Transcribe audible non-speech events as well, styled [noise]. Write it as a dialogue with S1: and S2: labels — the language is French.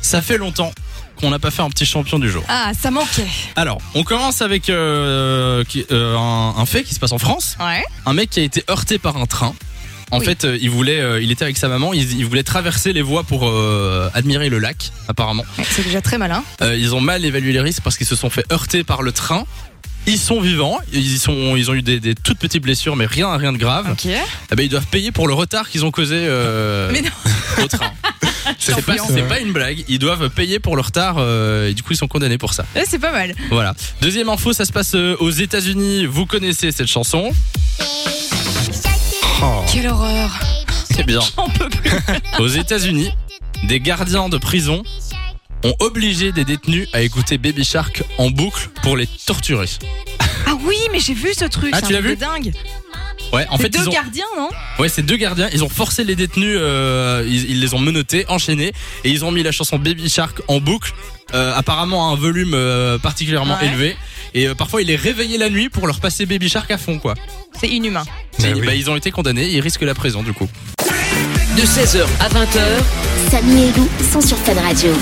S1: Ça fait longtemps qu'on n'a pas fait un petit champion du jour.
S2: Ah, ça manquait.
S1: Alors, on commence avec euh, qui- euh, un, un fait qui se passe en France.
S2: Ouais.
S1: Un mec qui a été heurté par un train. En
S2: Oui.
S1: fait, euh, il voulait, euh, il était avec sa maman, il, il voulait traverser les voies pour euh, admirer le lac, apparemment.
S2: c'est déjà très malin.
S1: Euh, ils ont mal évalué les risques parce qu'ils se sont fait heurter par le train. Ils sont vivants, ils, y sont, ils ont eu des, des toutes petites blessures, mais rien, rien de grave.
S2: Ok.
S1: Eh ben, ils doivent payer pour le retard qu'ils ont causé euh,
S2: [laughs] Mais non.
S1: au
S2: [laughs]
S1: train. C'est pas,
S2: Champion.
S1: c'est pas une blague, ils doivent payer pour le retard euh, et du coup ils sont condamnés pour ça.
S2: Eh, C'est pas mal.
S1: Voilà. Deuxième info, ça se passe euh, aux États-Unis. Vous connaissez cette chanson Oh,
S2: Quelle horreur.
S1: c'est bien.
S2: On peut plus.
S1: Aux États-Unis, des gardiens de prison ont obligé des détenus à écouter Baby Shark en boucle pour les torturer.
S2: Ah oui, mais j'ai vu ce truc.
S1: Ah,
S2: c'est
S1: tu
S2: un
S1: l'as
S2: truc
S1: vu
S2: de dingue.
S1: Ouais, en
S2: C'est
S1: fait,
S2: deux
S1: ils ont,
S2: gardiens, non
S1: ouais, ces deux gardiens, ils ont forcé les détenus, euh, ils, ils les ont menottés, enchaînés, et ils ont mis la chanson Baby Shark en boucle, euh, apparemment à un volume euh, particulièrement
S2: Ouais.
S1: élevé. Et euh, parfois, ils les réveillaient la nuit pour leur passer Baby Shark à fond, quoi.
S2: C'est inhumain.
S1: Et, bah, ils ont été condamnés, ils risquent la prison, du coup.
S3: De 16h à 20h,
S4: Samy et Lou sont sur Fun Radio.